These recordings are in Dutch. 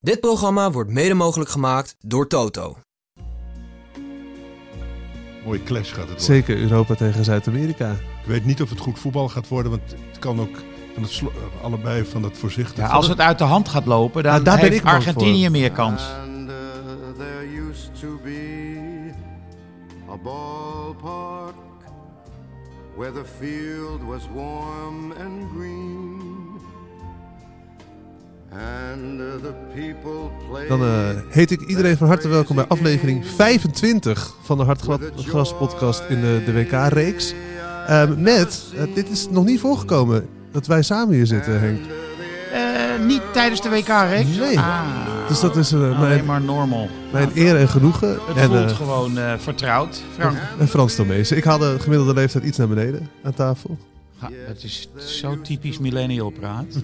Dit programma wordt mede mogelijk gemaakt door Toto. Mooie clash gaat het worden. Zeker Europa tegen Zuid-Amerika. Ik weet niet of het goed voetbal gaat worden, want het kan ook van het slo- eh, allebei van dat voorzichtig. Ja, als het uit de hand gaat lopen, dan Nou, daar ben heeft ik bang Argentinië voor. meer kans. And uh, there used to be a ballpark where the field was warm and green. And uh, the people played. Dan eh, heet ik iedereen van harte welkom bij aflevering 25 van de Hartgras podcast in de, de WK-reeks. uh, Ehm, met, eh, dit is nog niet voorgekomen, dat wij samen hier zitten Henk. Eh, niet tijdens de WK-reeks? Nee. Ah, Dus dat is eh, alleen mijn, maar normal. mijn eer en genoegen. Het en, voelt eh, gewoon eh, vertrouwd, Frank. en Frans Tomees. Ik haal de gemiddelde leeftijd iets naar beneden aan tafel. Ja, het is zo typisch millennial praat.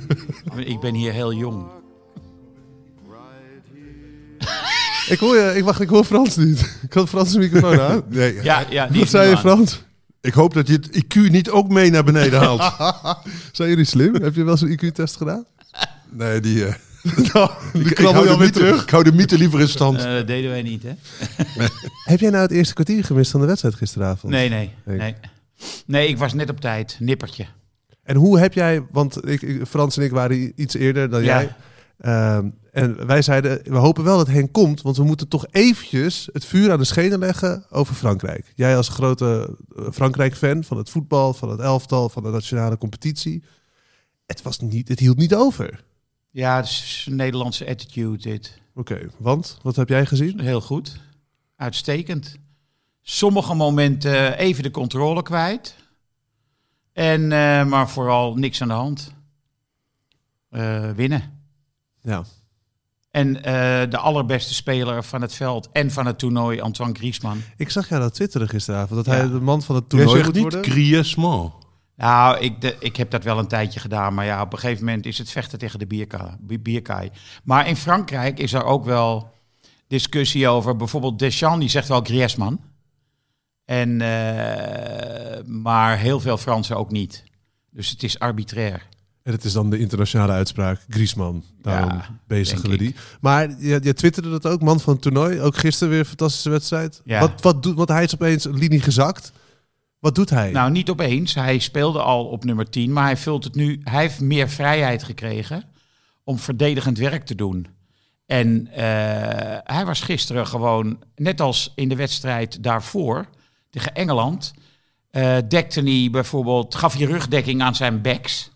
ik ben hier heel jong. Eh. Ik hoor je, ik wacht, ik hoor Frans niet. Ik had Frans zijn microfoon aan. Eh, Nee, Ja, ja, die Wat is zei je nu aan. Frans? ik hoop dat je het IQ niet ook mee naar beneden haalt. Zijn jullie slim? Heb je wel zo'n IQ-test gedaan? nee, die... eh, Nou, Die ik, hou krabbel je de alweer mythe- terug. ik hou de mythe liever in stand. Eh, dat deden wij niet, hè? Heb jij nou het eerste kwartier gemist van de wedstrijd gisteravond? Nee, nee, Ik. nee. Nee, ik was net op tijd. Nippertje. En hoe heb jij, want ik, ik- Frans en ik waren i- iets eerder dan Ja. jij. Ehm, en wij zeiden, we hopen wel dat Henk komt, want we moeten toch eventjes het vuur aan de schenen leggen over Frankrijk. Jij als grote eh, Frankrijk-fan van het voetbal, van het elftal, van de nationale competitie. Het, was niet, het hield niet over. Ja, het is een Nederlandse attitude dit. Oké, want wat heb jij gezien? Heel goed. Uitstekend. Sommige momenten eh, even de controle kwijt. En, eh, maar vooral niks aan de hand. Eh, winnen. Ja. En eh, de allerbeste speler van het veld en van het toernooi, Antoine Griezmann. Ik zag jou dat twitteren gisteravond, dat Ja. hij de man van het Jij toernooi zegt moet niet worden. Griezmann. Nou, ik, de- ik heb dat wel een tijdje gedaan. Maar ja, op een gegeven moment is het vechten tegen de bierka, bi- bierkaai. Maar in Frankrijk is er ook wel discussie over. Bijvoorbeeld Deschamps, die zegt wel Griezmann. En, eh, maar heel veel Fransen ook niet. Dus het is arbitrair. En het is dan de internationale uitspraak, Griezmann. Daarom Ja, bezigen denk we ik. die. Maar je, je twitterde dat ook, man van het toernooi. Ook gisteren weer een fantastische wedstrijd. Ja. Wat, wat doet, want hij is opeens een linie gezakt. Wat doet hij? Nou, niet opeens. Hij speelde al op nummer 10, maar hij vult het nu. Hij heeft meer vrijheid gekregen om verdedigend werk te doen. En eh, hij was gisteren gewoon, net als in de wedstrijd daarvoor tegen Engeland, eh, dekte hij bijvoorbeeld, gaf hij rugdekking aan zijn backs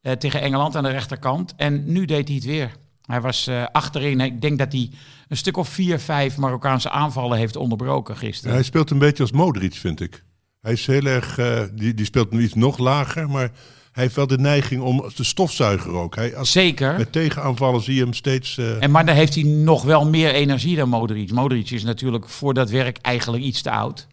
eh, tegen Engeland aan de rechterkant. En nu deed hij het weer. Hij was eh, achterin. Ik denk dat hij een stuk of vier, vijf Marokkaanse aanvallen heeft onderbroken gisteren. Hij speelt een beetje als Modric, vind ik. Hij is heel erg... eh, die, die speelt nu iets nog lager, maar hij heeft wel de neiging om als de stofzuiger ook. Hij, als, Zeker. met tegenaanvallen zie je hem steeds... eh, En maar dan heeft hij nog wel meer energie dan Modric. Modric is natuurlijk voor dat werk eigenlijk iets te oud.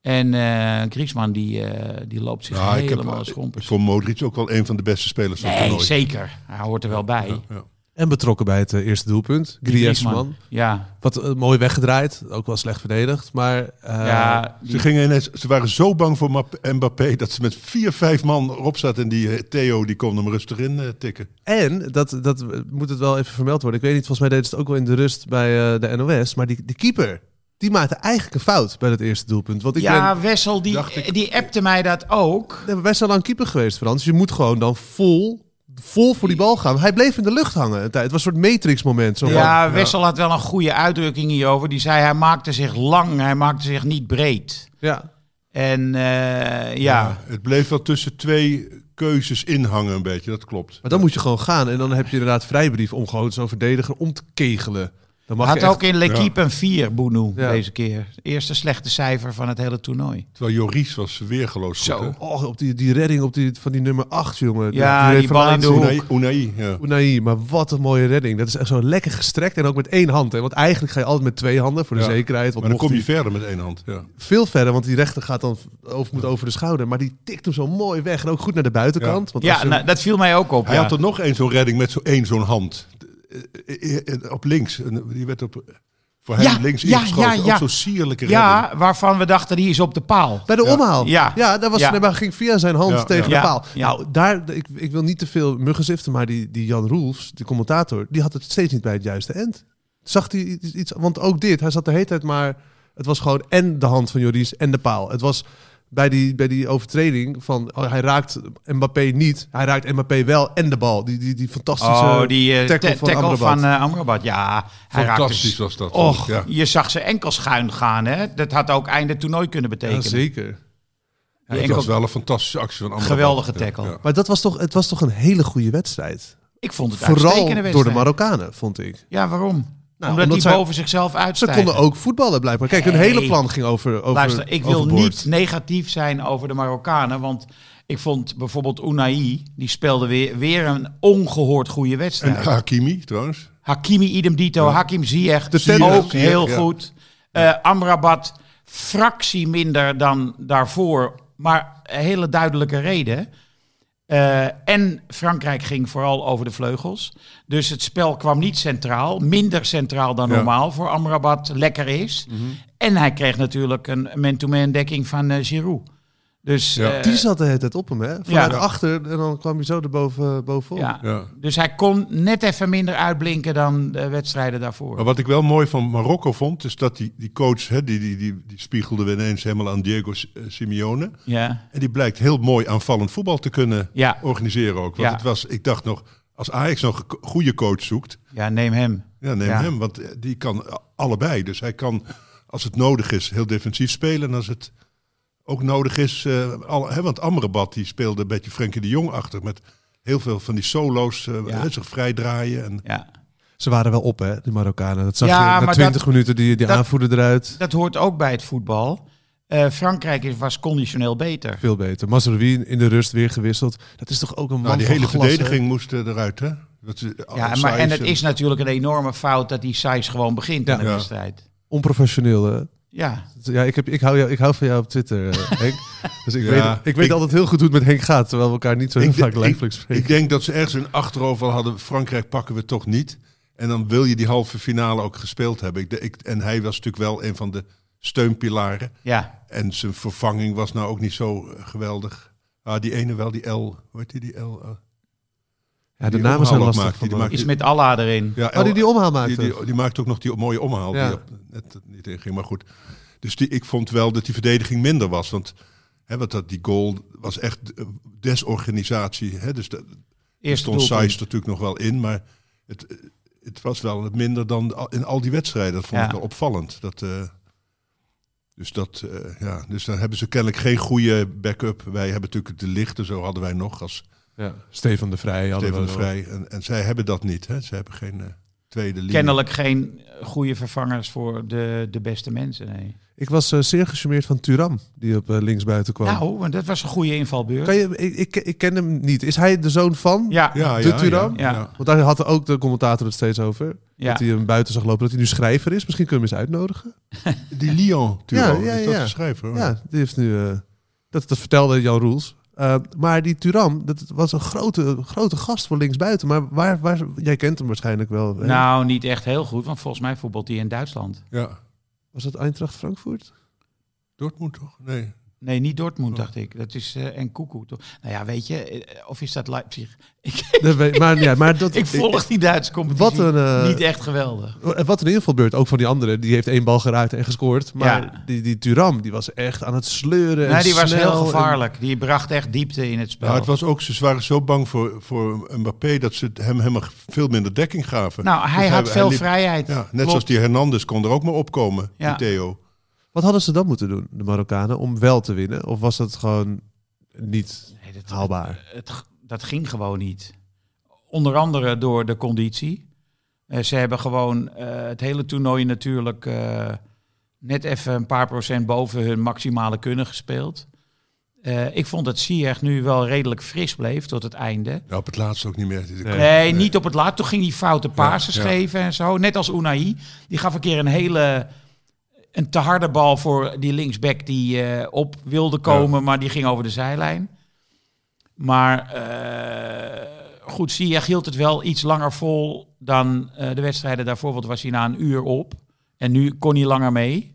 En eh Griezmann die, eh, die loopt zich nou, ik, heb, helemaal ik schompers. vond Modric ook wel een van de beste spelers van het Nee, toernooi. zeker. Hij hoort er wel bij. Ja, ja. En betrokken bij het eh, eerste doelpunt. Griezmann. Ja, Wat eh, mooi weggedraaid. Ook wel slecht verdedigd. Maar eh, ja Ze, die- gingen ineens, ze waren zo bang voor Map- Mbappé dat ze met vier, vijf man erop zaten. En die eh, Theo die kon hem rustig in eh, tikken. En, dat, dat eh, moet het wel even vermeld worden. Ik weet niet, volgens mij deden ze het ook wel in de rust bij eh, de NOS. Maar die, die keeper, die maakte eigenlijk een fout bij dat eerste doelpunt. Want ik ben, ja Wessel die, dacht ik- die appte mij dat ook. Nee, maar wij zijn lang keeper geweest, Frans. Dus Je moet gewoon dan vol, vol voor die bal gaan. Hij bleef in de lucht hangen. een tijd. Het was een soort Matrix-moment. Zo van- Ja, Wessel had wel een goede uitdrukking hierover. Die zei hij maakte zich lang, hij maakte zich niet breed. ja. En eh, ja, Het bleef wel tussen twee keuzes inhangen een beetje, dat klopt. Maar dan moet je gewoon gaan. En dan heb je inderdaad vrijbrief om gewoon zo'n verdediger om te kegelen. Dan mag had je echt- ook in L'Equipe een 4, Bounou, Ja. deze keer. Eerste slechte cijfer van het hele toernooi. Terwijl Joris was weergeloos Zo. goed, hè? Oh, op die, die redding op die, van die nummer 8, jongen. Ja, die bal in de referentie. Unai, Unai, ja. Unai, maar wat een mooie redding. Dat is echt zo lekker gestrekt en ook met één hand. Hè? Want eigenlijk ga je altijd met twee handen voor de Ja. zekerheid. Want Maar dan mocht kom je die- verder met één hand. Ja. veel verder, want die rechter gaat dan over, moet over de schouder. Maar die tikt hem zo mooi weg en ook goed naar de buitenkant. Want als Ja, je- nou, dat viel mij ook op. Hij ja. had er nog één zo'n redding met zo één zo'n hand. Eh, eh, eh, Op links. En eh, Die werd op Voor hem Ja, links ja, ingeschoten. ja, ja. Ook zo'n sierlijke redding. Ja, waarvan we dachten, die is op de paal. Bij de Ja. omhaal. Ja. ja daar was Ja. nee, maar ging via zijn hand Ja, tegen ja. de paal. Ja. Nou, daar, ik, ik wil niet te veel muggenziften, maar die, die Jan Roelfs, die commentator, die had het steeds niet bij het juiste end. Zag hij iets, iets- want ook dit, hij zat de hele tijd maar, het was gewoon en de hand van Joris en de paal. Het was bij die, bij die overtreding van, oh, hij raakt Mbappé niet, hij raakt Mbappé wel en de bal. Die, die, die fantastische Oh, die eh, tackle ta- van tackle Amrabat. van eh, Amrabat. Ja, hij raakte Fantastisch s- was dat. Och, ja. je zag zijn enkel schuin gaan. Hè? Dat had ook einde toernooi kunnen Ja, betekenen. zeker. Die Het enkel- was wel een fantastische actie van Amrabat. Geweldige Ja, tackle. ja. Maar dat was toch, het was toch een hele goede wedstrijd. Ik vond het Vooral uitstekende door de wedstrijd. Marokkanen, vond ik. Ja, waarom? omdat omdat die zij- boven zichzelf Ze uitstijgen. konden ook voetballen blijkbaar. Kijk, hun Hey. hele plan ging over. over Luister, ik wil overboord. niet negatief zijn over de Marokkanen. Want ik vond bijvoorbeeld Unai, die speelde weer, weer een ongehoord goede En wedstrijd. Hakimi trouwens. Hakimi idem dito, Hakim Ziyech, De tender. ook Ziyech, heel ja. goed. Eh, Amrabat, fractie minder dan daarvoor, maar een hele duidelijke reden. Eh, en Frankrijk ging vooral over de vleugels. Dus het spel kwam niet centraal. Minder centraal dan Ja. Mhm. normaal voor Amrabat. Lekker is. En hij kreeg natuurlijk een man-to-man dekking van eh, Giroud. Dus, Ja. eh, Die zat de hele tijd op hem, hè? Vanuit Ja. achter en dan kwam hij zo erboven, eh, bovenop. ja. Ja. dus hij kon net even minder uitblinken dan de wedstrijden daarvoor. Maar wat ik wel mooi van Marokko vond, is dat die, die coach, hè, die, die, die, die spiegelde we ineens helemaal aan Diego S- eh, Simeone. Ja. En die blijkt heel mooi aanvallend voetbal te kunnen Ja. organiseren ook. Want Ja. het was, ik dacht nog, als Ajax nog een ko- goede coach zoekt, ja, neem hem. ja, neem Ja. hem. Want eh, die kan a- allebei. Dus hij kan, als het nodig is, heel defensief spelen. En als het ook nodig is, eh, al, hè, want Amrabat die speelde een beetje Frenkie de Jong achter. Met heel veel van die solo's, eh, Ja. hè, zich vrijdraaien. En, Ja. Ze waren wel op, hè, die Marokkanen. Dat zag Ja, je na maar 20 minuten die, die dat- aanvoerder eruit. Dat hoort ook bij het voetbal. Eh, Frankrijk is- was conditioneel beter. Veel beter. Mazraoui in de rust weer gewisseld. Dat is toch ook een man Nou, die van hele glas, hè? verdediging moest eh, eruit, hè? Oh, Dat, is- Ja, Saïs maar, en het is natuurlijk een enorme fout dat die Saiz gewoon begint aan de Ja. wedstrijd. Onprofessioneel, hè? Ja, Ja, ik, heb, ik, hou jou, ik hou van jou op Twitter, eh, Henk. Dus ik Ja. weet, ik weet Ik- altijd heel goed hoe het met Henk gaat, terwijl we elkaar niet zo heel Ik- vaak ik- lijfelijk spreken. Ik denk dat ze ergens een achterhoofd al hadden. Frankrijk pakken we toch niet. En dan wil je die halve finale ook gespeeld hebben. Ik, de- ik, en hij was natuurlijk wel een van de steunpilaren. ja. En zijn vervanging was nou ook niet zo eh, geweldig. Ah, die ene wel, die L. Hoe heet die, die L? eh, ja, de die namen zijn omhaal lastig. maakt, die van maakt- Iets met Allah erin. Ja, Oh, die die omhaal maakte. Die, die, die maakte ook nog die mooie omhaal Ja. die op, net niet in ging, maar goed. Dus die, ik vond wel dat die verdediging minder was. Want, hè, want dat, die goal was echt eh, desorganisatie. Hè, dus dat, er Eerste stond doelpunt. Saïs er natuurlijk nog wel in, maar het, eh, het was wel minder dan al- in al die wedstrijden. Dat vond Ja. ik wel opvallend. Dat, eh, dus, dat, eh, ja, dus dan hebben ze kennelijk geen goede backup. Wij hebben natuurlijk de lichten, zo hadden wij nog als Ja. Stefan de Vrij. hadden Stefan we de nog. Vrij. En, en zij hebben dat niet. Hè. Ze hebben geen eh, tweede linie. Kennelijk geen goede vervangers voor de, de beste mensen. Nee. Ik was eh, zeer gecharmeerd van Turam, die op eh, linksbuiten kwam. Nou, want dat was een goede invalbeurt. kan je, ik, ik, ik ken hem niet. Is hij de zoon van? Ja, ja. Ja, De ja, Turam? Ja, Ja. Want daar had ook de commentator het steeds over. Dat hij hem buiten zag lopen, dat hij nu schrijver is. Misschien kunnen we hem eens uitnodigen. Die Lyon, Turam, Ja, ja, is dat ja. de schrijver? hoor. Ja, die heeft nu... eh, dat, dat vertelde Jan Roels. Eh, maar die Turam, dat was een grote, grote gast voor linksbuiten. Maar waar, waar, jij kent hem waarschijnlijk wel. hè? Nou, niet echt heel goed, want volgens mij voetbalt hij in Duitsland. Ja. Was dat Eintracht Frankfurt? Dortmund toch? Nee. Nee, niet Dortmund, Oh. dacht ik. Dat is eh en Koekoe. toch? Nou ja, weet je, eh, of is dat Leipzig? Dat weet- maar, ja, maar dat, Ik volg die Duitse competitie. Wat een, eh, Niet echt geweldig. Wat een invalbeurt, ook van die andere. Die heeft één bal geraakt en gescoord. Maar Ja. die, die Turam, die was echt aan het sleuren. Nee, en die was snel heel en- gevaarlijk. Die bracht echt diepte in het spel. Ja, Nou, het was ook, ze waren zo bang voor, voor Mbappé dat ze hem helemaal veel minder dekking gaven. nou, hij Dus had veel liep- vrijheid. Ja, net Klopt. zoals die Hernandez kon er ook maar opkomen, Ja. die Theo. Wat hadden ze dan moeten doen, de Marokkanen, om wel te winnen? Of was dat gewoon niet Nee, dat, haalbaar? het g- dat ging gewoon niet. Onder andere door de conditie. Eh, ze hebben gewoon eh, het hele toernooi natuurlijk eh, net even een paar procent boven hun maximale kunnen gespeeld. Eh, ik vond dat Ziyech nu wel redelijk fris bleef tot het einde. Nou, op het laatst ook niet meer. Die- Nee. Nee, niet op het laatst. Toen ging hij foute passes Ja, ja. geven en zo. Net als Unai. Die gaf een keer een hele... Een te harde bal voor die linksback die eh, op wilde komen, maar die ging over de zijlijn. Maar eh goed, Ziyech hield het wel iets langer vol dan eh, de wedstrijden daarvoor. Want was hij na een uur op. En nu kon hij langer mee.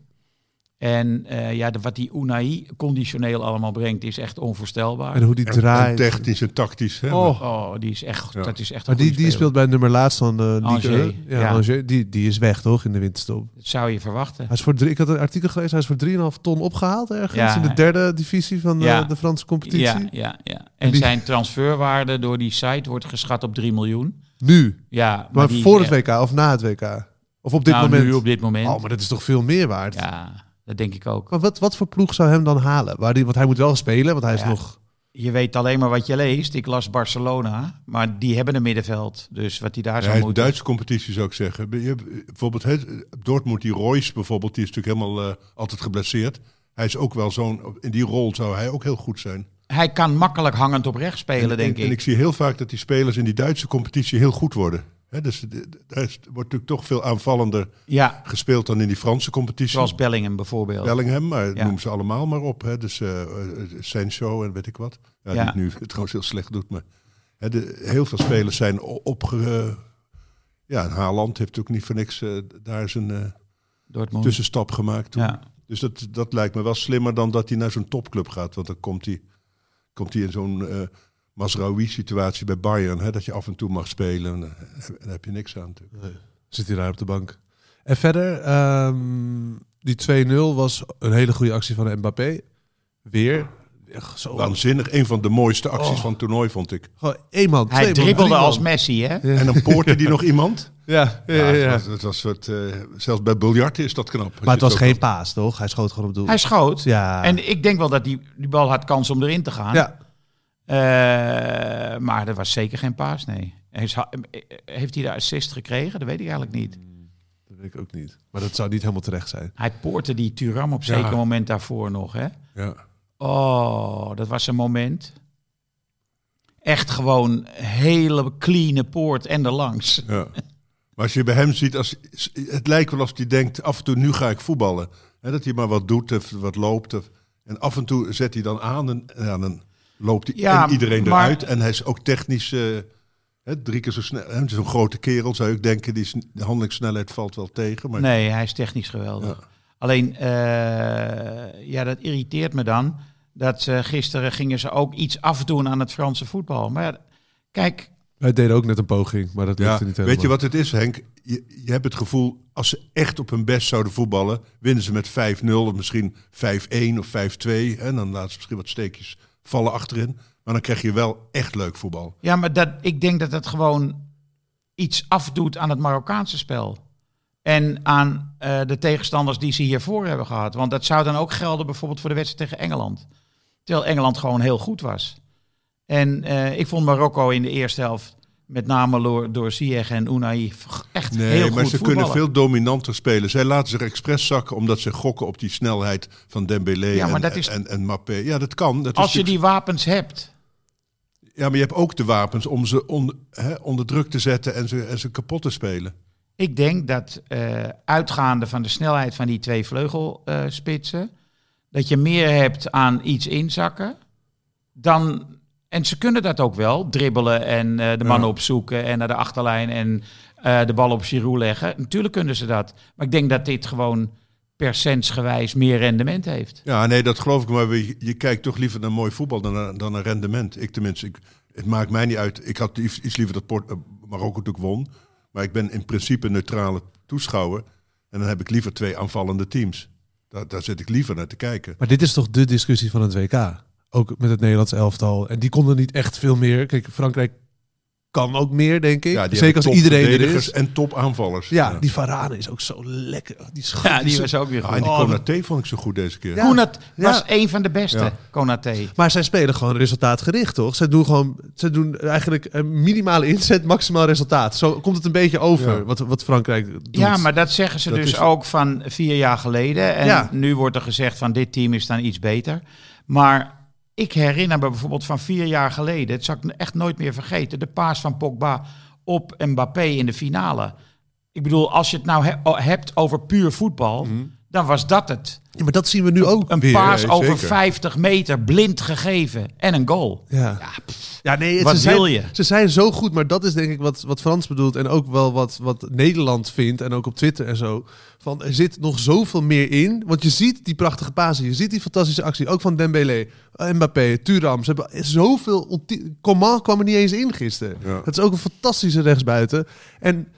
En eh, ja, de- wat die Unai conditioneel allemaal brengt, is echt onvoorstelbaar. En hoe die En- en draait. technisch en tactisch. Hè, Oh. Oh, die is echt, Ja. dat is echt een Maar die, goede die speler. speelt bij het nummer laatst van de Ligue Angers, 1. Ja, ja. Angers. Die, die is weg toch in de winterstop. Dat zou je verwachten. Hij is voor drie, ik had een artikel gelezen, hij is voor 3,5 ton opgehaald ergens Ja. in de derde divisie van eh, Ja. de Franse competitie. Ja, ja, ja. En Die- zijn transferwaarde door die site wordt geschat op 3 miljoen. Nu, Ja, maar die- voor het ja, WK of na het WK? Of op dit nou, moment? nu op dit moment. Oh, maar dat is toch veel meer waard? Ja, dat denk ik ook. Maar wat, wat voor ploeg zou hem dan halen? Waar die, want hij moet wel spelen, want hij is Ja. nog... Je weet alleen maar wat je leest. Ik las Barcelona, maar die hebben een middenveld. Dus wat die daar Ja, zou de moeten... Duitse competitie zou ik zeggen. Je hebt eh, bijvoorbeeld hè, Dortmund, die Royce bijvoorbeeld, die is natuurlijk helemaal eh, altijd geblesseerd. Hij is ook wel zo'n, in die rol zou hij ook heel goed zijn. Hij kan makkelijk hangend op rechts spelen, en, denk en, ik. En ik zie heel vaak dat die spelers in die Duitse competitie heel goed worden. Hè, dus de- de- daar is- wordt natuurlijk toch veel aanvallender Ja, gespeeld dan in die Franse competitie. zoals Bellingham bijvoorbeeld. Bellingham, maar Ja. noem ze allemaal maar op. Hè. Dus eh eh, Sancho en weet ik wat. Ja, Ja. Die het nu trouwens heel slecht doet. Maar hè, de, heel veel spelers zijn o- opge... eh, ja, en Haaland heeft ook niet voor niks eh, daar zijn eh, Dortmund. tussenstap gemaakt toen. Ja. Dus dat, dat lijkt me wel slimmer dan dat hij naar zo'n topclub gaat. Want dan komt hij, komt hij in zo'n eh Masraoui-situatie bij Bayern. Hè, dat je af en toe mag spelen. En, eh, daar heb je niks aan natuurlijk. Zit hij daar op de bank. En verder, ehm, die 2-0 was een hele goede actie van Mbappé. Weer. Echt Zo, Oh. Waanzinnig. Een van de mooiste acties Oh. van het toernooi, vond ik. gewoon één man, twee Hij man, dribbelde drie man. als Messi, hè? En dan poorte die nog iemand. Ja, ja, Ja, ja, ja. Het was, het was een soort, eh, zelfs bij biljarten is dat knap. Maar het was Ook geen al- paas, toch? Hij schoot gewoon op doel. Hij schoot. Ja. En ik denk wel dat die, die bal had kans om erin te gaan. ja. Eh, maar dat was zeker geen paas, nee. Hij is ha- eh, Heeft hij de assist gekregen? Dat weet ik eigenlijk niet. Dat weet ik ook niet. Maar dat zou niet helemaal terecht zijn. Hij poorte die Turam op zeker moment daarvoor nog, hè? Ja. Oh, dat was een moment. Echt gewoon hele clean poort en erlangs. Ja. Maar als je bij hem ziet, als, het lijkt wel alsof hij denkt, af en toe nu ga ik voetballen. Hè, dat hij maar wat doet, of wat loopt. of- en af en toe zet hij dan aan en, en dan loopt hij Ja, en iedereen maar- eruit. En hij is ook technisch eh, hè, drie keer zo snel. Hè, het is een grote kerel, zou ik denken. Die sn- de handelingssnelheid valt wel tegen. Maar Nee, hij is technisch geweldig. Alleen, eh, ja, dat irriteert me dan. Dat ze, gisteren gingen ze ook iets afdoen aan het Franse voetbal. Maar ja, kijk, Wij deden ook net een poging, maar dat ja, lukte niet helemaal. weet je wat het is, Henk? Je, je hebt het gevoel, als ze echt op hun best zouden voetballen, winnen ze met 5-0 of misschien 5-1 of 5-2. En dan laten ze misschien wat steekjes vallen achterin. Maar dan krijg je wel echt leuk voetbal. Ja, maar dat, ik denk dat dat gewoon iets afdoet aan het Marokkaanse spel. En aan eh, de tegenstanders die ze hiervoor hebben gehad. Want dat zou dan ook gelden bijvoorbeeld voor de wedstrijd tegen Engeland. Terwijl Engeland gewoon heel goed was. En eh, ik vond Marokko in de eerste helft, met name door, door Ziyech en Unai, v- echt Nee, heel maar goed ze voetballen. kunnen veel dominanter spelen. Zij laten zich expres zakken omdat ze gokken op die snelheid van Dembélé Ja, maar en, dat is- en, en Mappé. Ja, dat kan. Dat is Als je natuurlijk- die wapens hebt. Ja, maar je hebt ook de wapens om ze on- hè, onder druk te zetten en ze, en ze kapot te spelen. Ik denk dat eh, uitgaande van de snelheid van die twee vleugelspitsen, dat je meer hebt aan iets inzakken dan. En ze kunnen dat ook wel, dribbelen en eh, de mannen opzoeken en naar de achterlijn en eh, de bal op Giroud leggen. Natuurlijk kunnen ze dat. Maar ik denk dat dit gewoon percentsgewijs meer rendement heeft. Ja, nee, dat geloof ik. Maar je, je kijkt toch liever naar mooi voetbal dan naar, dan naar rendement. Ik tenminste, ik, het maakt mij niet uit. Ik had lief- iets liever dat Port, eh, Marokko natuurlijk won. Maar ik ben in principe een neutrale toeschouwer. En dan heb ik liever twee aanvallende teams. Daar, daar zit ik liever naar te kijken. Maar dit is toch de discussie van het WK? Ook met het Nederlands elftal. En die konden niet echt veel meer. Kijk, Frankrijk kan ook meer, denk ik. Ja, die Zeker hebben als top iedereen er verdedigers is. En top aanvallers. Ja, die Varane is ook zo lekker. Oh, Die is goed. Die is zo- Oh, ook weer Ah, en die Konaté vond ik zo goed deze keer. Ja. Konat was Ja. een van de beste, Ja. Konaté. Maar zij spelen gewoon resultaatgericht, toch? Zij doen gewoon, zij doen eigenlijk een minimale inzet, maximaal resultaat. Zo komt het een beetje over Ja. wat, wat Frankrijk doet. Ja, maar dat zeggen ze Dat dus is- ook van vier jaar geleden. En Ja. nu wordt er gezegd van dit team is dan iets beter. Maar ik herinner me bijvoorbeeld van vier jaar geleden, het zal ik echt nooit meer vergeten, de paas van Pogba op Mbappé in de finale. Ik bedoel, als je het nou he- o- hebt over puur voetbal, dan was dat het. Ja, maar dat zien we nu Mhm. ook Een weer. paas eh, over zeker. 50 meter, blind gegeven en een goal. Ja. ja, nee, het- Wat ze, wil zijn, je? ze zijn zo goed, maar dat is denk ik wat, wat Frans bedoelt en ook wel wat, wat Nederland vindt en ook op Twitter en zo. Van er zit nog zoveel meer in, want je ziet die prachtige pasen, je ziet die fantastische actie, ook van Dembele, Mbappé, Turam. Ze hebben zoveel. ontie- Coman kwam er niet eens in gisteren. Ja. Dat is ook een fantastische rechtsbuiten. En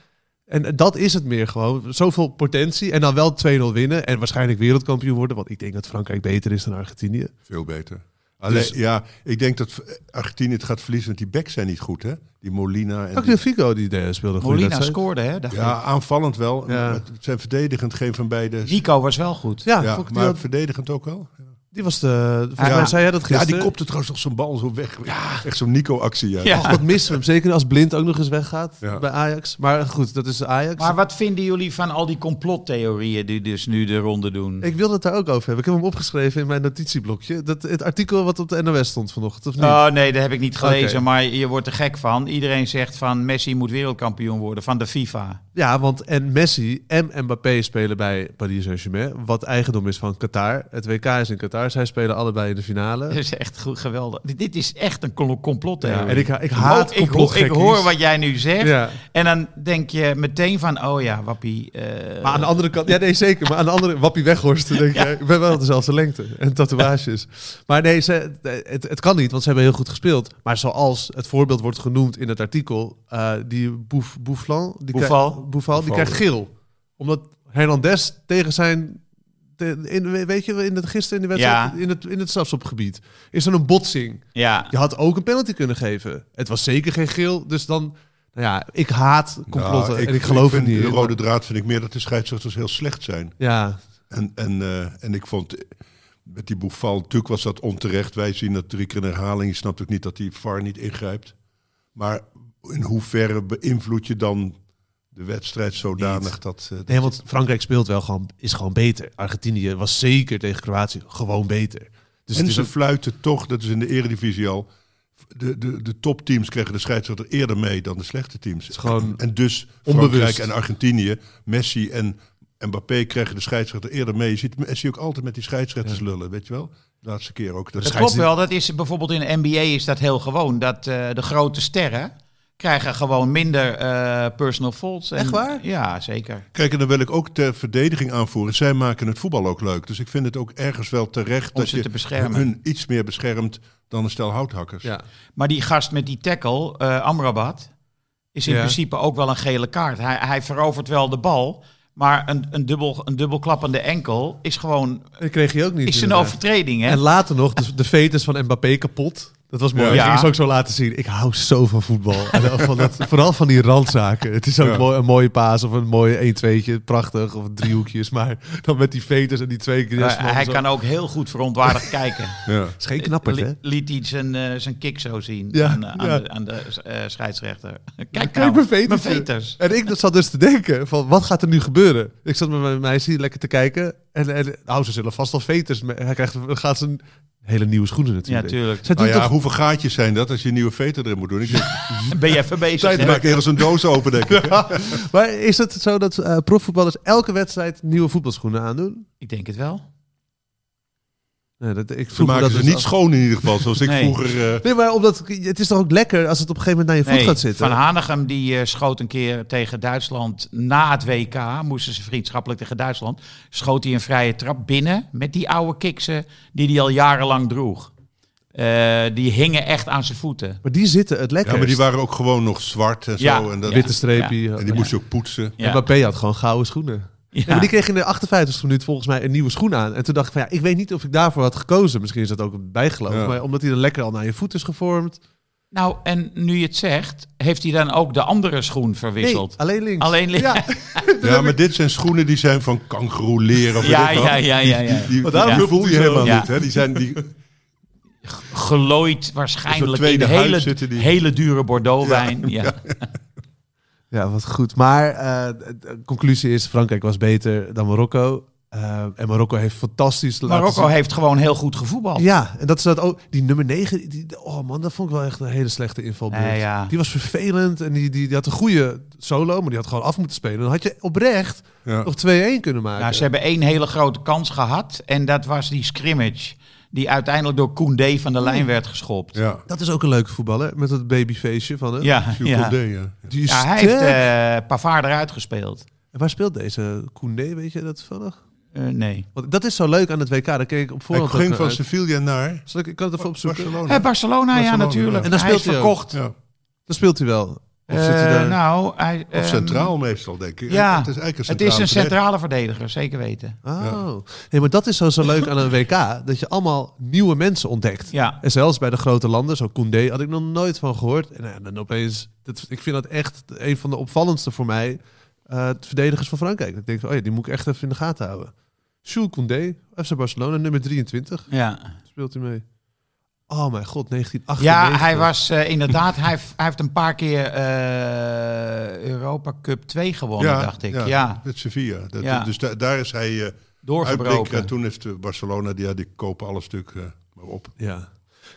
en dat is het meer gewoon. Zoveel potentie en dan wel 2-0 winnen en waarschijnlijk wereldkampioen worden, want ik denk dat Frankrijk beter is dan Argentinië. Veel beter. Alleen, Dus- ja, ik denk dat eh, Argentinië het gaat verliezen, want die backs zijn niet goed, hè? Die Molina en... Ook die- de Figo die eh, speelde goed. Molina scoorde, hè? dacht ik. ja, aanvallend wel. Ja. maar Het zijn verdedigend geen van beide. Nico was wel goed. Ja, Ja, vond ik die maar had- verdedigend ook wel. Die was de. Volgens Ja. mij zei jij dat Ja, gisteren. die kopte trouwens nog zo'n bal zo weg. Echt zo'n Nico-actie. uit. Ja. Ach, wat missen we hem. Zeker als Blind ook nog eens weggaat Ja. bij Ajax. Maar goed, dat is Ajax. Maar wat vinden jullie van al die complottheorieën die dus nu de ronde doen? ik wilde het daar ook over hebben. Ik heb hem opgeschreven in mijn notitieblokje. Dat, het artikel wat op de NOS stond vanochtend, of niet? Oh nee, dat heb ik niet gelezen, Oké. maar je wordt er gek van. Iedereen zegt van Messi moet wereldkampioen worden van de FIFA. Ja, want en Messi en Mbappé spelen bij Paris Saint-Germain. Wat eigendom is van Qatar. Het WK is in Qatar. Zij spelen allebei in de Dat finale. is echt goed, geweldig. Dit- Dit is echt een col- Ja, complottheorie. en ik, ik haat ik, hoor, ik complotgekkies. hoor wat jij nu zegt. Ja. En dan denk je meteen van, oh ja, wappie. eh, Maar aan de andere kant, ja, nee, zeker. Maar aan de andere wappie weghorst, dan denk je, ik ben wel dezelfde lengte en tatoeages. Maar nee, ze, het, het kan niet, want ze hebben heel goed gespeeld. Maar zoals het voorbeeld wordt genoemd in het artikel, eh, die Bouf, Boufflan, die krij- Boufal. Boufal, die krijgt geel. Omdat Hernandez tegen zijn, te- in, weet je, in het, gisteren in de wedstrijd, Ja. in het, in het strafschopgebied, is er een botsing. ja. Je had ook een penalty kunnen geven. Het was zeker geen geel, dus dan, nou ja, ik haat complotten Nou, en ik geloof vind- het niet. De in. rode draad vind ik meer dat de scheidsrechters heel slecht zijn. Ja, En, en, eh, en ik vond eh, met die Boufal, natuurlijk was dat onterecht. Wij zien dat drie keer een herhaling. Je snapt ook niet dat die VAR niet ingrijpt. Maar in hoeverre beïnvloed je dan de wedstrijd zodanig dat... eh, Nee, want Frankrijk speelt wel gewoon, is gewoon beter. Argentinië was zeker tegen Kroatië gewoon beter. Dus het en is ze ook- fluiten toch, dat is in de eredivisie al... De, de, de topteams kregen de scheidsrechter eerder mee dan de slechte teams. is gewoon En dus Onbewust. Frankrijk en Argentinië, Messi en Mbappé kregen de scheidsrechter eerder mee. Je ziet Messi ook altijd met die scheidsrechters lullen, weet je wel? De laatste keer ook. Dat Dat is klopt wel. Dat is bijvoorbeeld in de NBA is dat heel gewoon. Dat eh, de grote sterren krijgen gewoon minder eh, personal faults. En, Echt waar? Ja, zeker. Kijk, en dan wil ik ook ter verdediging aanvoeren. Zij maken het voetbal ook leuk. Dus ik vind het ook ergens wel terecht Om dat ze je te beschermen. hun iets meer beschermt dan een stel houthakkers. ja. Maar die gast met die tackle, eh, Amrabat, is in Ja. principe ook wel een gele kaart. Hij, hij verovert wel de bal, maar een, een, dubbel, een dubbelklappende enkel is gewoon Dat kreeg je ook niet. is een inderdaad. overtreding. Hè? En later nog, de, de fetus van Mbappé kapot. Dat was mooi. Ja. Ja. Dat Ja. gingen ze ook zo laten zien. Ik hou zo van voetbal. En ook van dat, vooral van die randzaken. Het is ook Ja. mooi, een mooie paas of een mooie 1-2'tje. Prachtig. Of driehoekjes. Maar dan met die fetus en die twee keer. Maar Eh, hij kan ook heel goed verontwaardigd kijken. Ja. is geen knapperd, hè? Li- liet hij zijn, eh, zijn kick zo zien Ja, aan, aan ja. de, aan de eh, scheidsrechter. Kijk, Kijk, nou, mijn veters. mijn veters. En ik zat dus te denken, van wat gaat er nu gebeuren? Ik zat met mijn meisje hier lekker te kijken. En, en nou, ze zullen vast wel veters. me- Hij krijgt, dan gaat ze een hele nieuwe schoenen Ja, natuurlijk. tuurlijk. Zij Nou doen ja, toch... hoeveel gaatjes zijn dat als je een nieuwe veter erin moet doen? Ik denk, Ben je even bezig? tijd hè? maakt ergens een doos open, denk ik. Maar is het zo dat eh, profvoetballers elke wedstrijd nieuwe voetbalschoenen aandoen? Ik denk het wel. Nee, dat, ik Ze vroeg me maken dat ze dus niet af. schoon in ieder geval, zoals ik Nee. vroeger... eh, Nee, maar omdat, het is toch ook lekker als het op een gegeven moment naar je voet Nee, gaat zitten? Van Hanegem die eh, schoot een keer tegen Duitsland na het WK. Moesten ze vriendschappelijk tegen Duitsland. Schoot hij een vrije trap binnen met die oude kiksen die hij al jarenlang droeg. Eh, die hingen echt aan zijn voeten. Maar die zitten het lekkerst. ja, maar die waren ook gewoon nog zwart en zo. Ja, en, dat, ja. Witte streepje. en die moest je ook poetsen. Ja. Mbappé had gewoon gouden schoenen. Ja. Ja, maar die kreeg in de 58 e minuut volgens mij een nieuwe schoen aan. En toen dacht ik van ja, ik weet niet of ik daarvoor had gekozen. Misschien is dat ook een bijgeloof. Ja. Maar omdat hij dan lekker al naar je voet is gevormd. Nou, en nu je het zegt, heeft hij dan ook de andere schoen Nee, verwisseld? alleen links. Alleen links. Ja, Ja, maar dit zijn schoenen die zijn van kangeroeleren. of Ja, weet ik wat. ja, ja, ja, ja. Die, die, Want daarom die voelt voel je hij zo. helemaal Ja. niet. Hè? Die zijn, die, Gelooid Een waarschijnlijk soort in tweede huid hele, zitten die- hele dure Bordeaux wijn. Ja, ja. ja wat goed. Maar eh, de conclusie is, Frankrijk was beter dan Marokko. Eh, Eh, en Marokko heeft fantastisch laten Marokko zien- heeft gewoon heel goed gevoetbald. Ja, en dat is dat ook. Die nummer 9, die, oh man, dat vond ik wel echt een hele slechte invalbeurt. Nee, ja. Die was vervelend en die, die, die had een goede solo, maar die had gewoon af moeten spelen. Dan had je oprecht Ja. nog 2-1 kunnen maken. Nou, ze hebben één hele grote kans gehad. En dat was die scrimmage. Die uiteindelijk door Koundé van de lijn werd geschopt. Ja, Ja, Dat is ook een leuke voetballer met dat babyfeestje van hem. ja, Jules Condé, ja. Die is Ja, hij sterk. heeft eh Pavard eruit gespeeld. En waar speelt deze Koundé, weet je dat toevallig? Eh, nee. Want dat is zo leuk aan het WK, daar keek ik op Hij voorhand ook ging naar van uit. Sevilla naar Zal ik, ik kan het even opzoeken. Eh, Barcelona. Barcelona, ja, Barcelona, natuurlijk. ja. En En dan hij is speelt hij ook. verkocht. Ja. Dan speelt hij wel. Of zit hij Eh, daar? nou, hij, Of ehm, centraal meestal, denk ik. ja, het is eigenlijk een Het is verdediger. een centrale verdediger, zeker weten. Oh. Nee, maar dat is zo, zo leuk aan een WK. Dat je allemaal nieuwe mensen ontdekt. Ja. En zelfs bij de grote landen, zo Koundé, had ik nog nooit van gehoord. En eh, dan opeens, dat, ik vind dat echt een van de opvallendste voor mij. eh, de verdedigers van Frankrijk. Ik denk, van, oh ja, die moet ik echt even in de gaten houden. Jules Koundé, FC Barcelona, nummer 23, Ja, speelt hij mee. Oh mijn god, 1998. ja hij was eh, inderdaad... hij, heeft, hij heeft een paar keer eh, Europa Cup 2 gewonnen, dacht ik. Ja, Met Sevilla. Dat, Ja. Dus da- daar is hij eh uitblik. doorgebroken. En toen heeft eh, Barcelona, die, ja, die kopen alles stuk eh, maar op. Ja.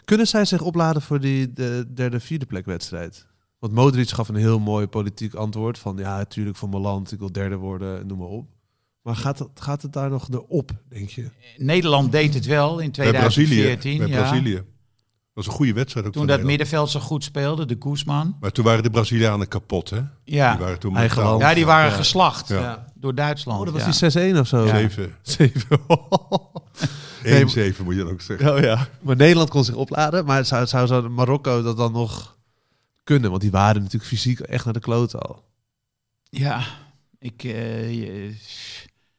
Kunnen zij zich opladen voor die de derde, vierde plek wedstrijd? Want Modric gaf een heel mooi politiek antwoord van ja, natuurlijk voor mijn land, ik wil derde worden, en noem maar op. Maar gaat het, gaat het daar nog erop, denk je? Nederland deed het wel in Bij Brazilië. 2014. bij ja. Brazilië. Dat was een goede wedstrijd ook Toen van dat Nederland. middenveld zo goed speelde, de Koesman. Maar toen waren de Brazilianen kapot, hè? Die Ja. waren toen Eigen mentaal- ja, die waren Ja. geslacht Ja. door Duitsland. Oh, dat ja. was die 6-1 of zo. Ja. 7. 7. 1-7 moet je dan ook zeggen. oh ja. Maar Nederland kon zich opladen, maar zou, zou, zou Marokko dat dan nog kunnen? Want die waren natuurlijk fysiek echt naar de klote al. Ja, ik, eh, je-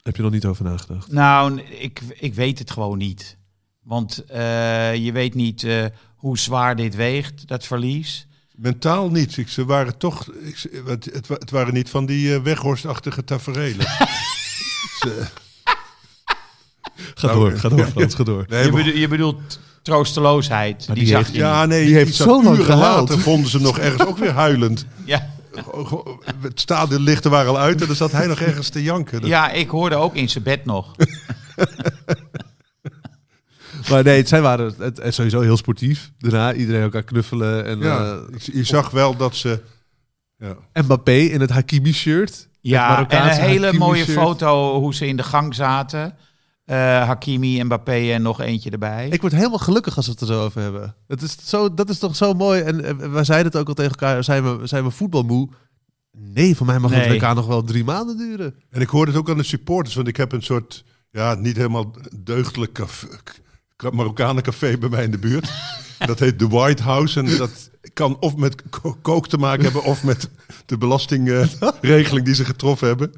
Heb je nog niet over nagedacht? nou, ik, ik weet het gewoon niet. Want eh, je weet niet eh, hoe zwaar dit weegt, dat verlies. Mentaal niet. Ik, ze waren toch... Ik, ze- het, het, wa- het waren niet van die eh, weghorstachtige taferelen. Ze- Ga Nou, door, ga door Frans, ga door. nee, je, maar- bedo- je bedoelt troosteloosheid. Maar die, die zag heeft- je ja, nee, Die heeft ik zag zo lang uren gehuild. later vonden ze hem nog ergens ook weer huilend. niet. ja. Go- go- Het stadionlichten waren al uit en dan zat hij nog ergens te janken. Dat- ja, ik hoorde ook in zijn bed nog. Maar nee, het- zij waren het, het sowieso heel sportief. Daarna iedereen elkaar knuffelen. En, Ja, eh, ik- je zag wel dat ze... Ja. Mbappé in het Hakimi-shirt. Ja, en Marokkaanse een hele Hakimi mooie shirt. foto hoe ze in de gang zaten. Eh, Hakimi, Mbappé en nog eentje erbij. Ik word helemaal gelukkig als we het er zo over hebben. Het is zo, dat is toch zo mooi. En eh, wij zeiden het ook al tegen elkaar. Zijn we, zijn we voetbalmoe? Nee, voor mij mag Nee. het WK nog wel drie maanden duren. En ik hoorde het ook aan de supporters, want ik heb een soort, ja, niet helemaal deugdelijk café, k- Marokkanencafé bij mij in de buurt. Dat heet de White House en dat kan of met ko- kook te maken hebben of met de belastingregeling die ze getroffen hebben.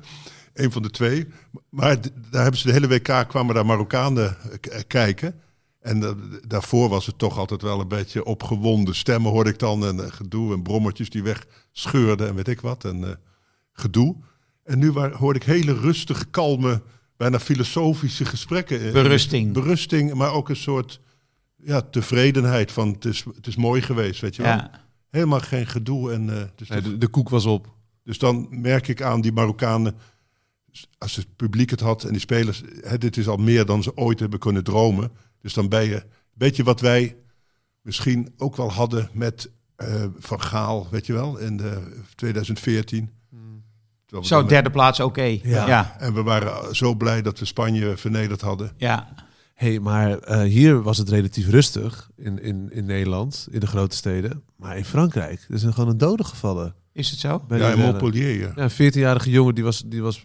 Eén van de twee. Maar d- daar hebben ze de hele WK kwamen daar Marokkanen eh, k- eh, kijken. En eh, daarvoor was het toch altijd wel een beetje opgewonden. Stemmen hoorde ik dan en eh, gedoe en brommetjes die wegscheurden en weet ik wat. En eh, gedoe. En nu waar, hoorde ik hele rustige, kalme, bijna filosofische gesprekken. eh, Berusting. Berusting, maar ook een soort ja, tevredenheid van het is, het is mooi geweest, weet je wel. ja. Helemaal geen gedoe. En, eh, dus, de- de, koek was op. dus dan merk ik aan die Marokkanen, als het publiek het had en die spelers, hè, dit is al meer dan ze ooit hebben kunnen dromen. Dus dan ben je, een beetje wat wij misschien ook wel hadden met eh, Van Gaal, weet je wel, in eh, 2014. Terwijl we Zo, dan- derde plaats, oké. Ja. Ja. Ja. en we waren zo blij dat we Spanje vernederd hadden. Hé, hey, maar eh, hier was het relatief rustig in, in, in Nederland, in de grote steden. Maar in Frankrijk er zijn gewoon een doden gevallen. Is het zo? Bij Ja, de- in Montpellier. ja. Ja, een 14-jarige jongen die was, die was.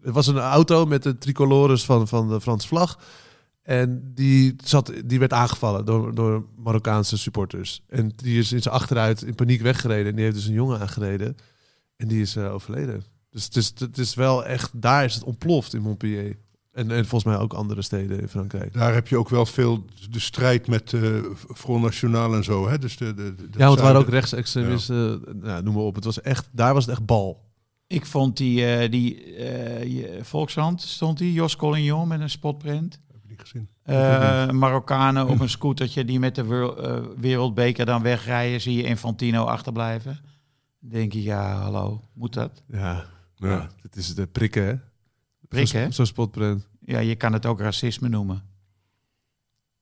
Het was een auto met de tricolores van, van de Franse vlag. En die, zat, die werd aangevallen door, door Marokkaanse supporters. En die is in zijn achteruit in paniek weggereden. En die heeft dus een jongen aangereden. En die is eh, overleden. Dus het is, het is wel echt, daar is het ontploft in Montpellier. En, en volgens mij ook andere steden in Frankrijk. Daar heb je ook wel veel de strijd met eh Front National en zo. Hè? Dus de, de, de- Ja, want het waren ook zuiden- rechtsextremisten. Nou, noem maar op. Het was echt, daar was het echt bal. Ik vond die, eh, die eh, je- Volkshand, stond die, Jos Collignon met een spotprint. Heb ik niet gezien. Eh Marokkanen op een scootertje die met de werel- eh, wereldbeker dan wegrijden. Zie je Infantino achterblijven. Denk je, ja, hallo, moet dat? Ja, Ja. ja. het is de prikken, hè? Prik, Zo'n- hè? Zo'n spotprint. Ja, je kan het ook racisme noemen.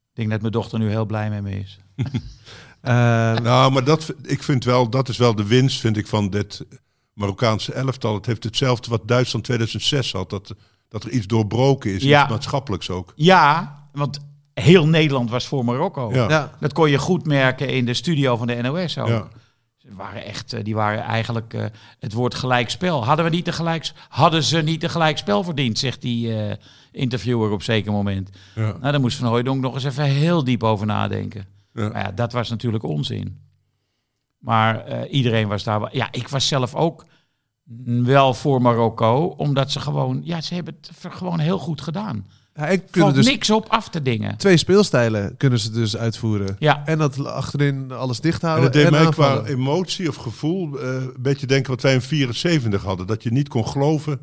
Ik denk dat mijn dochter nu heel blij mee me is. Eh, Nou, maar dat, ik vind wel, dat is wel de winst, vind ik, van dit Marokkaanse elftal. Het heeft hetzelfde wat Duitsland 2006 had. Dat, dat er iets doorbroken is, Ja. iets maatschappelijks ook. Ja, want heel Nederland was voor Marokko. Ja. ja. Dat kon je goed merken in de studio van de NOS ook. Ja. Ze waren echt, eh, die waren eigenlijk eh, het woord gelijkspel. Hadden, we niet de gelijks, hadden ze niet een gelijkspel verdiend, zegt die eh, interviewer op zeker moment. Ja. Nou, daar moest Van Hooijdonk nog eens even heel diep over nadenken. Ja. Maar ja, dat was natuurlijk onzin. Maar eh, iedereen was daar... wel- Ja, ik was zelf ook wel voor Marokko, omdat ze gewoon... Ja, ze hebben het ver- gewoon heel goed gedaan. Ja, en Er kunnen dus niks op af te dingen. twee speelstijlen kunnen ze dus uitvoeren. Ja, En dat achterin alles dicht En houden. dat deed mij aanvallen. qua emotie of gevoel eh, een beetje denken wat wij in 74 hadden. Dat je niet kon geloven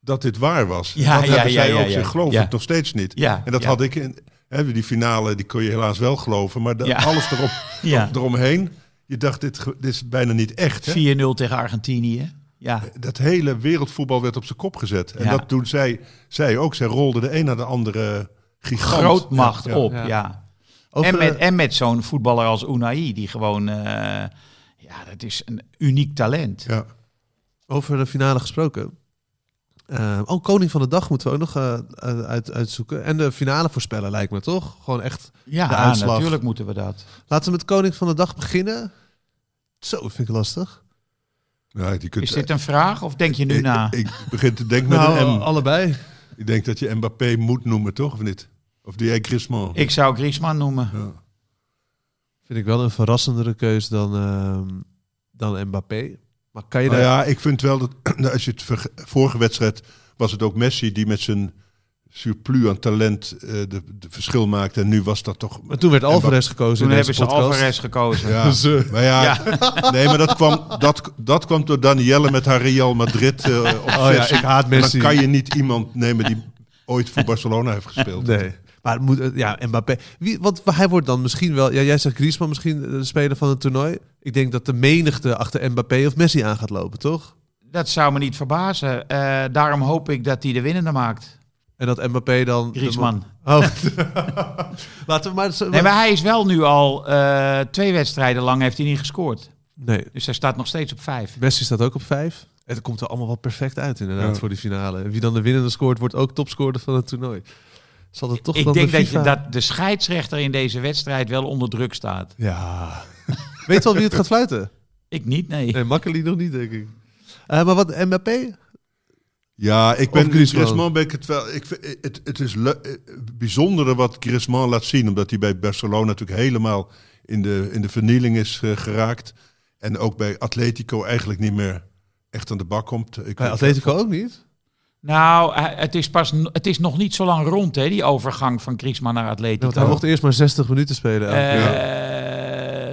dat dit waar was. Ja, dat ja, hebben ja, zij ja, ook. ja. Ze geloven Ja. het nog steeds niet. ja. En dat ja. had ik in hè, die finale, die kon je helaas wel geloven. Maar de- Ja. alles erop, Ja. eromheen, je dacht, dit, ge- dit is bijna niet echt. Hè? 4-0 tegen Argentinië. Ja, Dat hele wereldvoetbal werd op zijn kop gezet. En Ja. dat doen zij, zij ook. Zij rolden de een naar de andere gigant. grootmacht Ja, ja. op, Ja. ja. Over, En met, eh, en met zo'n voetballer als Unai, die gewoon... eh, ja, dat is een uniek talent. Ja. over de finale gesproken. Eh, oh, Koning van de Dag moeten we ook nog eh, eh, uit, uitzoeken. En de finale voorspellen lijkt me toch? Gewoon echt. Ja, De nou, uitslag. natuurlijk moeten we dat. Laten we met Koning van de Dag beginnen. Zo, vind ik lastig. Ja, die kunt, Is dit een vraag of denk je nu ik, na? oh. ik begin te denken met Nou, een M. allebei. Ik denk dat je Mbappé moet noemen, toch? Of niet? Of die Griezmann. Ik zou Griezmann noemen. Ja. Vind ik wel een verrassendere keus dan, ehm, dan Mbappé. Maar kan je Nou daar... ja, ik vind wel dat nou, als je het verge- vorige wedstrijd was het ook Messi die met zijn surplus aan talent eh, de, de verschil maakte. En nu was dat toch. Maar toen werd Alvarez gekozen Toen in hebben deze ze podcast. Alvarez gekozen. Ja, maar ja, nee, maar dat kwam, dat, dat kwam door Danielle met haar Real Madrid. eh, op Oh ja, versie. ik haat En dan Messi. kan je niet iemand nemen die ooit voor Barcelona heeft gespeeld. Nee. Maar het moet, ja, Mbappé. Wie, want hij wordt dan misschien wel... Ja, jij zegt Griezmann misschien eh, de speler van het toernooi. Ik denk dat de menigte achter Mbappé of Messi aan gaat lopen, toch? Dat zou me niet verbazen. Eh, daarom hoop ik dat hij de winnende maakt. En dat Mbappé dan... Griezmann. Oh. Laten we maar... zo- Nee, maar hij is wel nu al eh, twee wedstrijden lang heeft hij niet gescoord. nee, Dus hij staat nog steeds op vijf. Messi staat ook op vijf. Het komt er allemaal wel perfect uit inderdaad Ja. voor die finale. En Wie dan de winnende scoort, wordt ook topscorer van het toernooi. Zal dat toch ik dan denk de dat, FIFA je, dat de scheidsrechter in deze wedstrijd wel onder druk staat. Ja. Weet wel wie het gaat fluiten? Ik niet, nee. Nee, Makkeli nog niet, denk ik. Eh, maar wat, Mbappé? Ja, ik ben Of Griezmann. Griezmann ben ik het wel. Ik, vind- het, het is le- eh, bijzondere wat Griezmann laat zien, omdat hij bij Barcelona natuurlijk helemaal in de, in de vernieling is eh, geraakt. En ook bij Atletico eigenlijk niet meer echt aan de bak komt. Ik, Bij Atletico ook niet. Nou, hij- het is, pas, n- het is nog niet zo lang rond, hè, die overgang van Griezmann naar Ja, want Atletico. hij mocht eerst maar 60 minuten spelen. elke keer. Eh,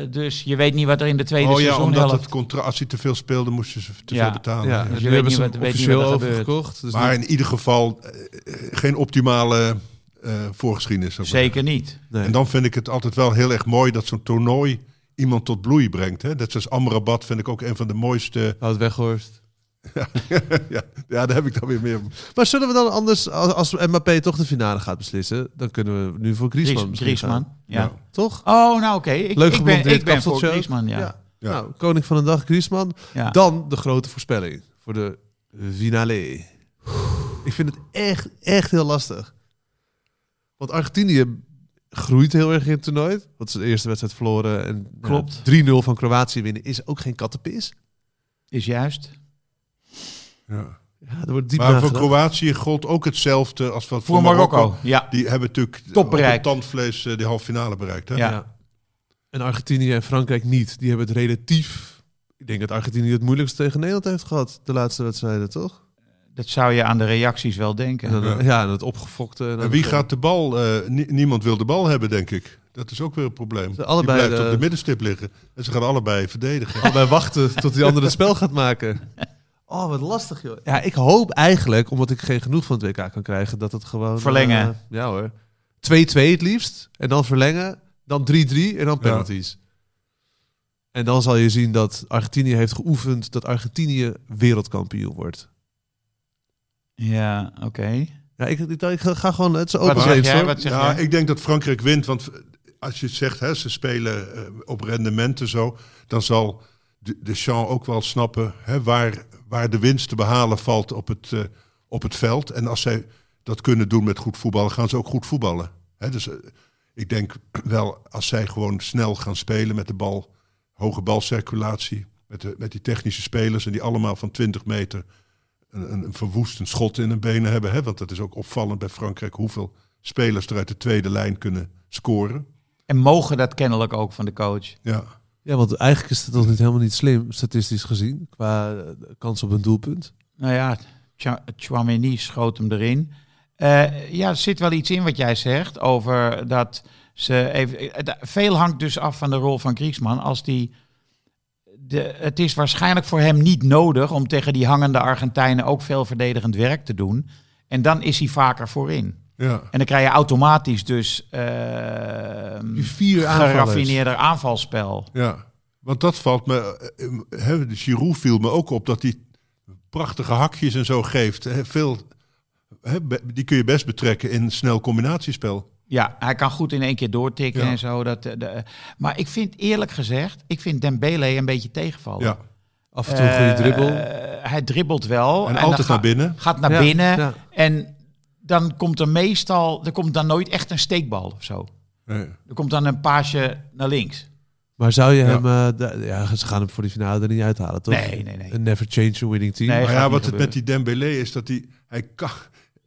Dus je weet niet wat er in de tweede oh ja, seizoen omdat het contra- als hij te veel speelde, moest je ze te Ja. veel betalen. ja, Ja. en weet nu hebben niet ze wat- hem weet niet officieel wat er gebeurt. overgekocht. Dus Maar nu- in ieder geval eh, eh, geen optimale eh, voorgeschiedenis. zou ik maar Zeker niet. nee. En dan vind ik het altijd wel heel erg mooi dat zo'n toernooi iemand tot bloei brengt. Hè? Dat is Amrabat, vind ik ook een van de mooiste. Houd weghorst. ja, ja, daar heb ik dan weer meer. Maar zullen we dan anders, als, als Mbappé toch de finale gaat beslissen, dan kunnen we nu voor Griezmann Griez- misschien gaan. Griezmann. Ja. Ja. Toch? Oh, nou oké. Ik, Leuk ik ben, gemonteerd ik ben voor kapselshow. Griezmann, ja. Ja. Ja. Nou, koning van de dag Griezmann. Ja. Dan de grote voorspelling voor de finale. Ik vind het echt, echt heel lastig. Want Argentinië groeit heel erg in het toernooi. Want ze de eerste wedstrijd verloren. En ja, Klopt. 3-0 van Kroatië winnen is ook geen kattenpis. Is juist. Ja. Ja, er wordt diep Maar voor nagedacht. Kroatië gold ook hetzelfde als wat Voor Marokko. Ja. Die hebben natuurlijk Top op bereikt. het tandvlees eh, die halve finale bereikt. Hè? Ja. En Argentinië en Frankrijk niet. Die hebben het relatief... Ik denk dat Argentinië het moeilijkst tegen Nederland heeft gehad. De laatste wedstrijden, toch? Dat zou je aan de reacties wel denken. En dan, Ja. ja. en het opgefokte. dan- En wie gaat de bal? eh, nie- niemand wil de bal hebben, denk ik. Dat is ook weer een probleem. Ze allebei die blijft de- eh, op de middenstip liggen. En ze gaan allebei verdedigen. Allebei wachten tot die ander het spel gaat maken. Oh, wat lastig, joh. Ja, ik hoop eigenlijk, omdat ik geen genoeg van het WK kan krijgen, dat het gewoon... Verlengen. eh, ja hoor. 2-2 het liefst. En dan verlengen. Dan 3-3 en dan penalties. En dan zal je zien dat Argentinië heeft geoefend dat Argentinië wereldkampioen wordt. Ja, oké. Ja, ik, ik, ik ga gewoon... Het is Wat open zeg jij? brainstorm. Wat zeg ja, jij? ik denk dat Frankrijk wint. Want als je het zegt, hè, ze spelen eh, op rendementen zo. Dan zal de Deschamps ook wel snappen hè, waar, waar de winst te behalen valt op het, eh, op het veld. En als zij dat kunnen doen met goed voetballen, gaan ze ook goed voetballen. Hè, dus eh, ik denk wel, als zij gewoon snel gaan spelen met de bal, hoge balcirculatie, met, de, met die technische spelers en die allemaal van 20 meter een, een, een verwoestend schot in hun benen hebben. Hè? Want dat is ook opvallend bij Frankrijk hoeveel spelers er uit de tweede lijn kunnen scoren. En mogen dat kennelijk ook van de coach. Ja, Ja, want eigenlijk is het toch niet helemaal niet slim, statistisch gezien, qua eh, kans op een doelpunt. Nou ja, Tja- Tchouameni schoot hem erin. Eh, ja, er zit wel iets in wat jij zegt over dat ze even... eh, da- Veel hangt dus af van de rol van Griezmann. Als die... De, het is waarschijnlijk voor hem niet nodig om tegen die hangende Argentijnen ook veel verdedigend werk te doen. En dan is hij vaker voorin. ja. En dan krijg je automatisch dus eh, Die Dus vier aanvallers. geraffineerder aanvalsspel. ja. Want dat valt me... eh, eh, Hè, de Giroud viel me ook op dat hij prachtige hakjes en zo geeft. Hè, veel, hè, be- die kun je best betrekken in snel combinatiespel. Ja, hij kan goed in één keer doortikken Ja. en zo. Dat, eh, de, maar ik vind eerlijk gezegd, ik vind Dembele een beetje tegenvallen. Ja. Af en toe een goede Eh, dribbel. hij dribbelt wel. En dan altijd ga- naar binnen. Gaat naar Ja, binnen. ja. En dan komt er meestal, er komt dan nooit echt een steekbal of zo. Nee. Er komt dan een paasje naar links. Maar zou je Ja. hem... eh, da- ja, ze gaan hem voor die finale er niet uithalen, toch? Nee, nee, nee. Een never change a winning team. Nee. Maar gaat ja, niet wat het gebeuren. met die Dembélé is, dat hij... Hij, kan,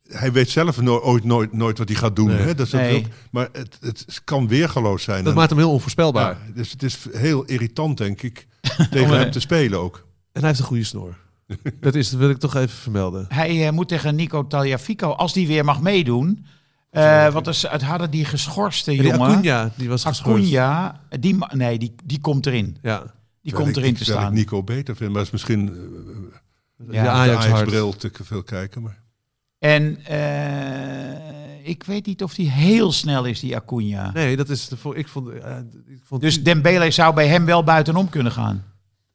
hij weet zelf no- ooit nooit, nooit wat hij gaat doen. Nee. Hè? Dat is dat Nee. ook- maar het, het kan weergeloos zijn. Dat En- maakt hem heel onvoorspelbaar. Ja, dus het is heel irritant, denk ik, tegen hem te spelen ook. En hij heeft een goede snor. dat, is, dat wil ik toch even vermelden. Hij eh, moet tegen Nico Taliafico, als die weer mag meedoen. eh, want er, het hadden die geschorste En die jongen. Acuna, die was geschorst. Acuna, die, ma- nee, die, die komt erin. Ja, Die Terwijl komt ik- erin te terwijl staan. ik Nico beter vind, maar het is misschien eh, Ja. de de Ajax hard. Ajax-bril te veel kijken. Maar En eh, ik weet niet of die heel snel is, die Acuna. Nee, dat is... De, vo- ik vond, eh, ik vond Dus Dembele zou bij hem wel buitenom kunnen gaan.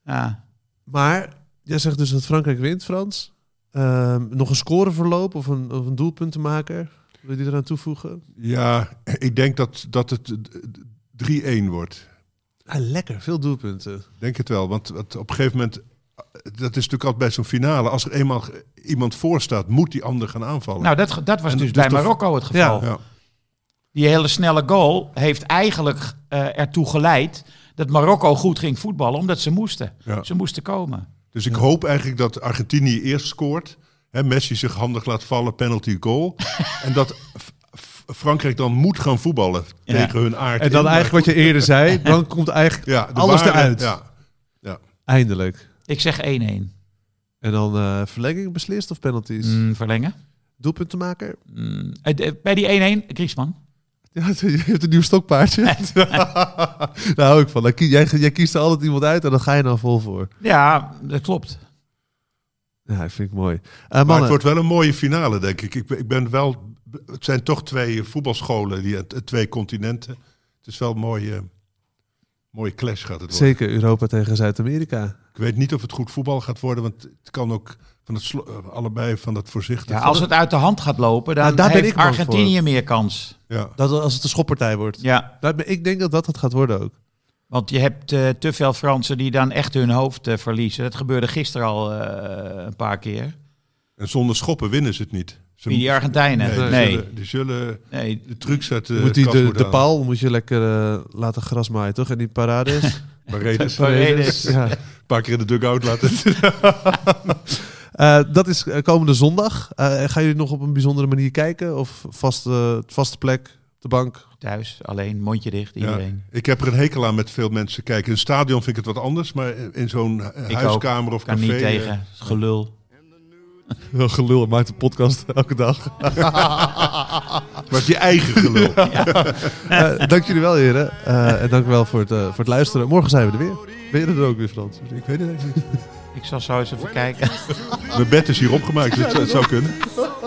Ja. Maar jij zegt dus dat Frankrijk wint, Frans. Ehm, nog een scoreverloop of een, of een doelpuntenmaker? Wil je die eraan toevoegen? ja, ik denk dat, dat het eh, 3-1 wordt. Ah, lekker, veel doelpunten. Denk het wel, want want op een gegeven moment, eh, dat is natuurlijk altijd bij zo'n finale, als er eenmaal ge- iemand voor staat, moet die ander gaan aanvallen. Nou, dat, dat was En dus, dus bij de- Marokko het geval. ja. Die hele snelle goal heeft eigenlijk eh, ertoe geleid dat Marokko goed ging voetballen, omdat ze moesten. Ja. Ze moesten komen. Dus ik hoop eigenlijk dat Argentinië eerst scoort, hè, Messi zich handig laat vallen, penalty goal, en dat F- F- Frankrijk dan moet gaan voetballen Ja. tegen hun aard. En in, dan maar eigenlijk wat je eerder zei, dan komt eigenlijk Ja, de alles ware- eruit. Ja, Eindelijk. Ik zeg 1-1. En dan eh, verlenging beslist of penalties? Mm, verlengen. Doelpuntenmaker? Mm, eh, eh, bij die 1-1, Griezmann. Ja, je hebt een nieuw stokpaardje. Daar hou ik van. Dan kie- Jij, jij kiest er altijd iemand uit en dan ga je dan vol voor. Ja, dat klopt. Ja, dat vind ik mooi. Eh, Maar mannen, het wordt wel een mooie finale, denk ik. Ik ben, ik ben wel. Het zijn toch twee voetbalscholen, die, eh, twee continenten. Het is wel een mooie, mooie clash gaat het worden. zeker Europa tegen Zuid-Amerika. Ik weet niet of het goed voetbal gaat worden, want het kan ook van het slo- eh, allebei van dat voorzichtig. Ja, als het uit de hand gaat lopen, dan Nou, daar ben heeft ik bang Argentinië meer kans. Ja. Dat als het een schoppartij wordt. Ja, Dat- Nou, Ik denk dat dat het gaat worden ook. want je hebt eh, te veel Fransen die dan echt hun hoofd eh, verliezen. Dat gebeurde gisteren al eh, een paar keer. En zonder schoppen winnen ze het niet. Ze Wie die Argentijnen? Nee, Nee. die, nee. Zullen, die zullen de trucs uit de moet die kast de, moeten de halen. paal moet je lekker eh, laten grasmaaien, toch? En die parades. Paredes, een Paredes. ja. paar keer in de dugout laten. Eh, dat is eh, komende zondag. Eh, gaan jullie nog op een bijzondere manier kijken? Of vast, eh, vaste plek, de bank? Thuis, alleen, mondje dicht, Ja. iedereen. Ik heb er een hekel aan met veel mensen kijken. In een stadion vind ik het wat anders, maar in zo'n eh, Ik huiskamer of Kan café... niet eh, tegen. Het is Gelul. Heel gelul, maakt een podcast elke dag. Maar het is je eigen gelul. dank jullie wel, heren. Eh, en dank wel voor het, eh, voor het luisteren. Morgen zijn we er weer. Ben je er ook weer, Frans? Ik weet het eigenlijk niet. Ik zal zo eens even kijken. Mijn bed is hier opgemaakt, dus het, het zou kunnen. clear.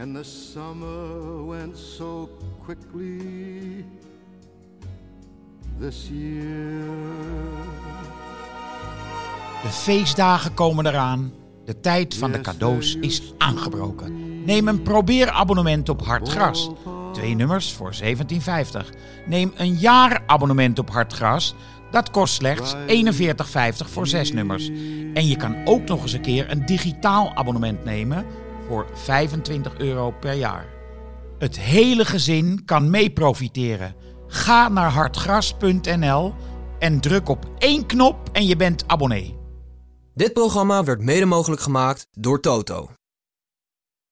And the summer went so quickly this year. De feestdagen komen eraan. De tijd van de cadeaus is aangebroken. Neem een probeerabonnement op Hartgras. Twee nummers voor 17,50. Neem een jaarabonnement op Hartgras. Dat kost slechts 41,50 voor zes nummers. En je kan ook nog eens een keer een digitaal abonnement nemen voor 25 euro per jaar. Het hele gezin kan mee profiteren. Ga naar hartgras.nl en druk op één knop en je bent abonnee. Dit programma werd mede mogelijk gemaakt door Toto.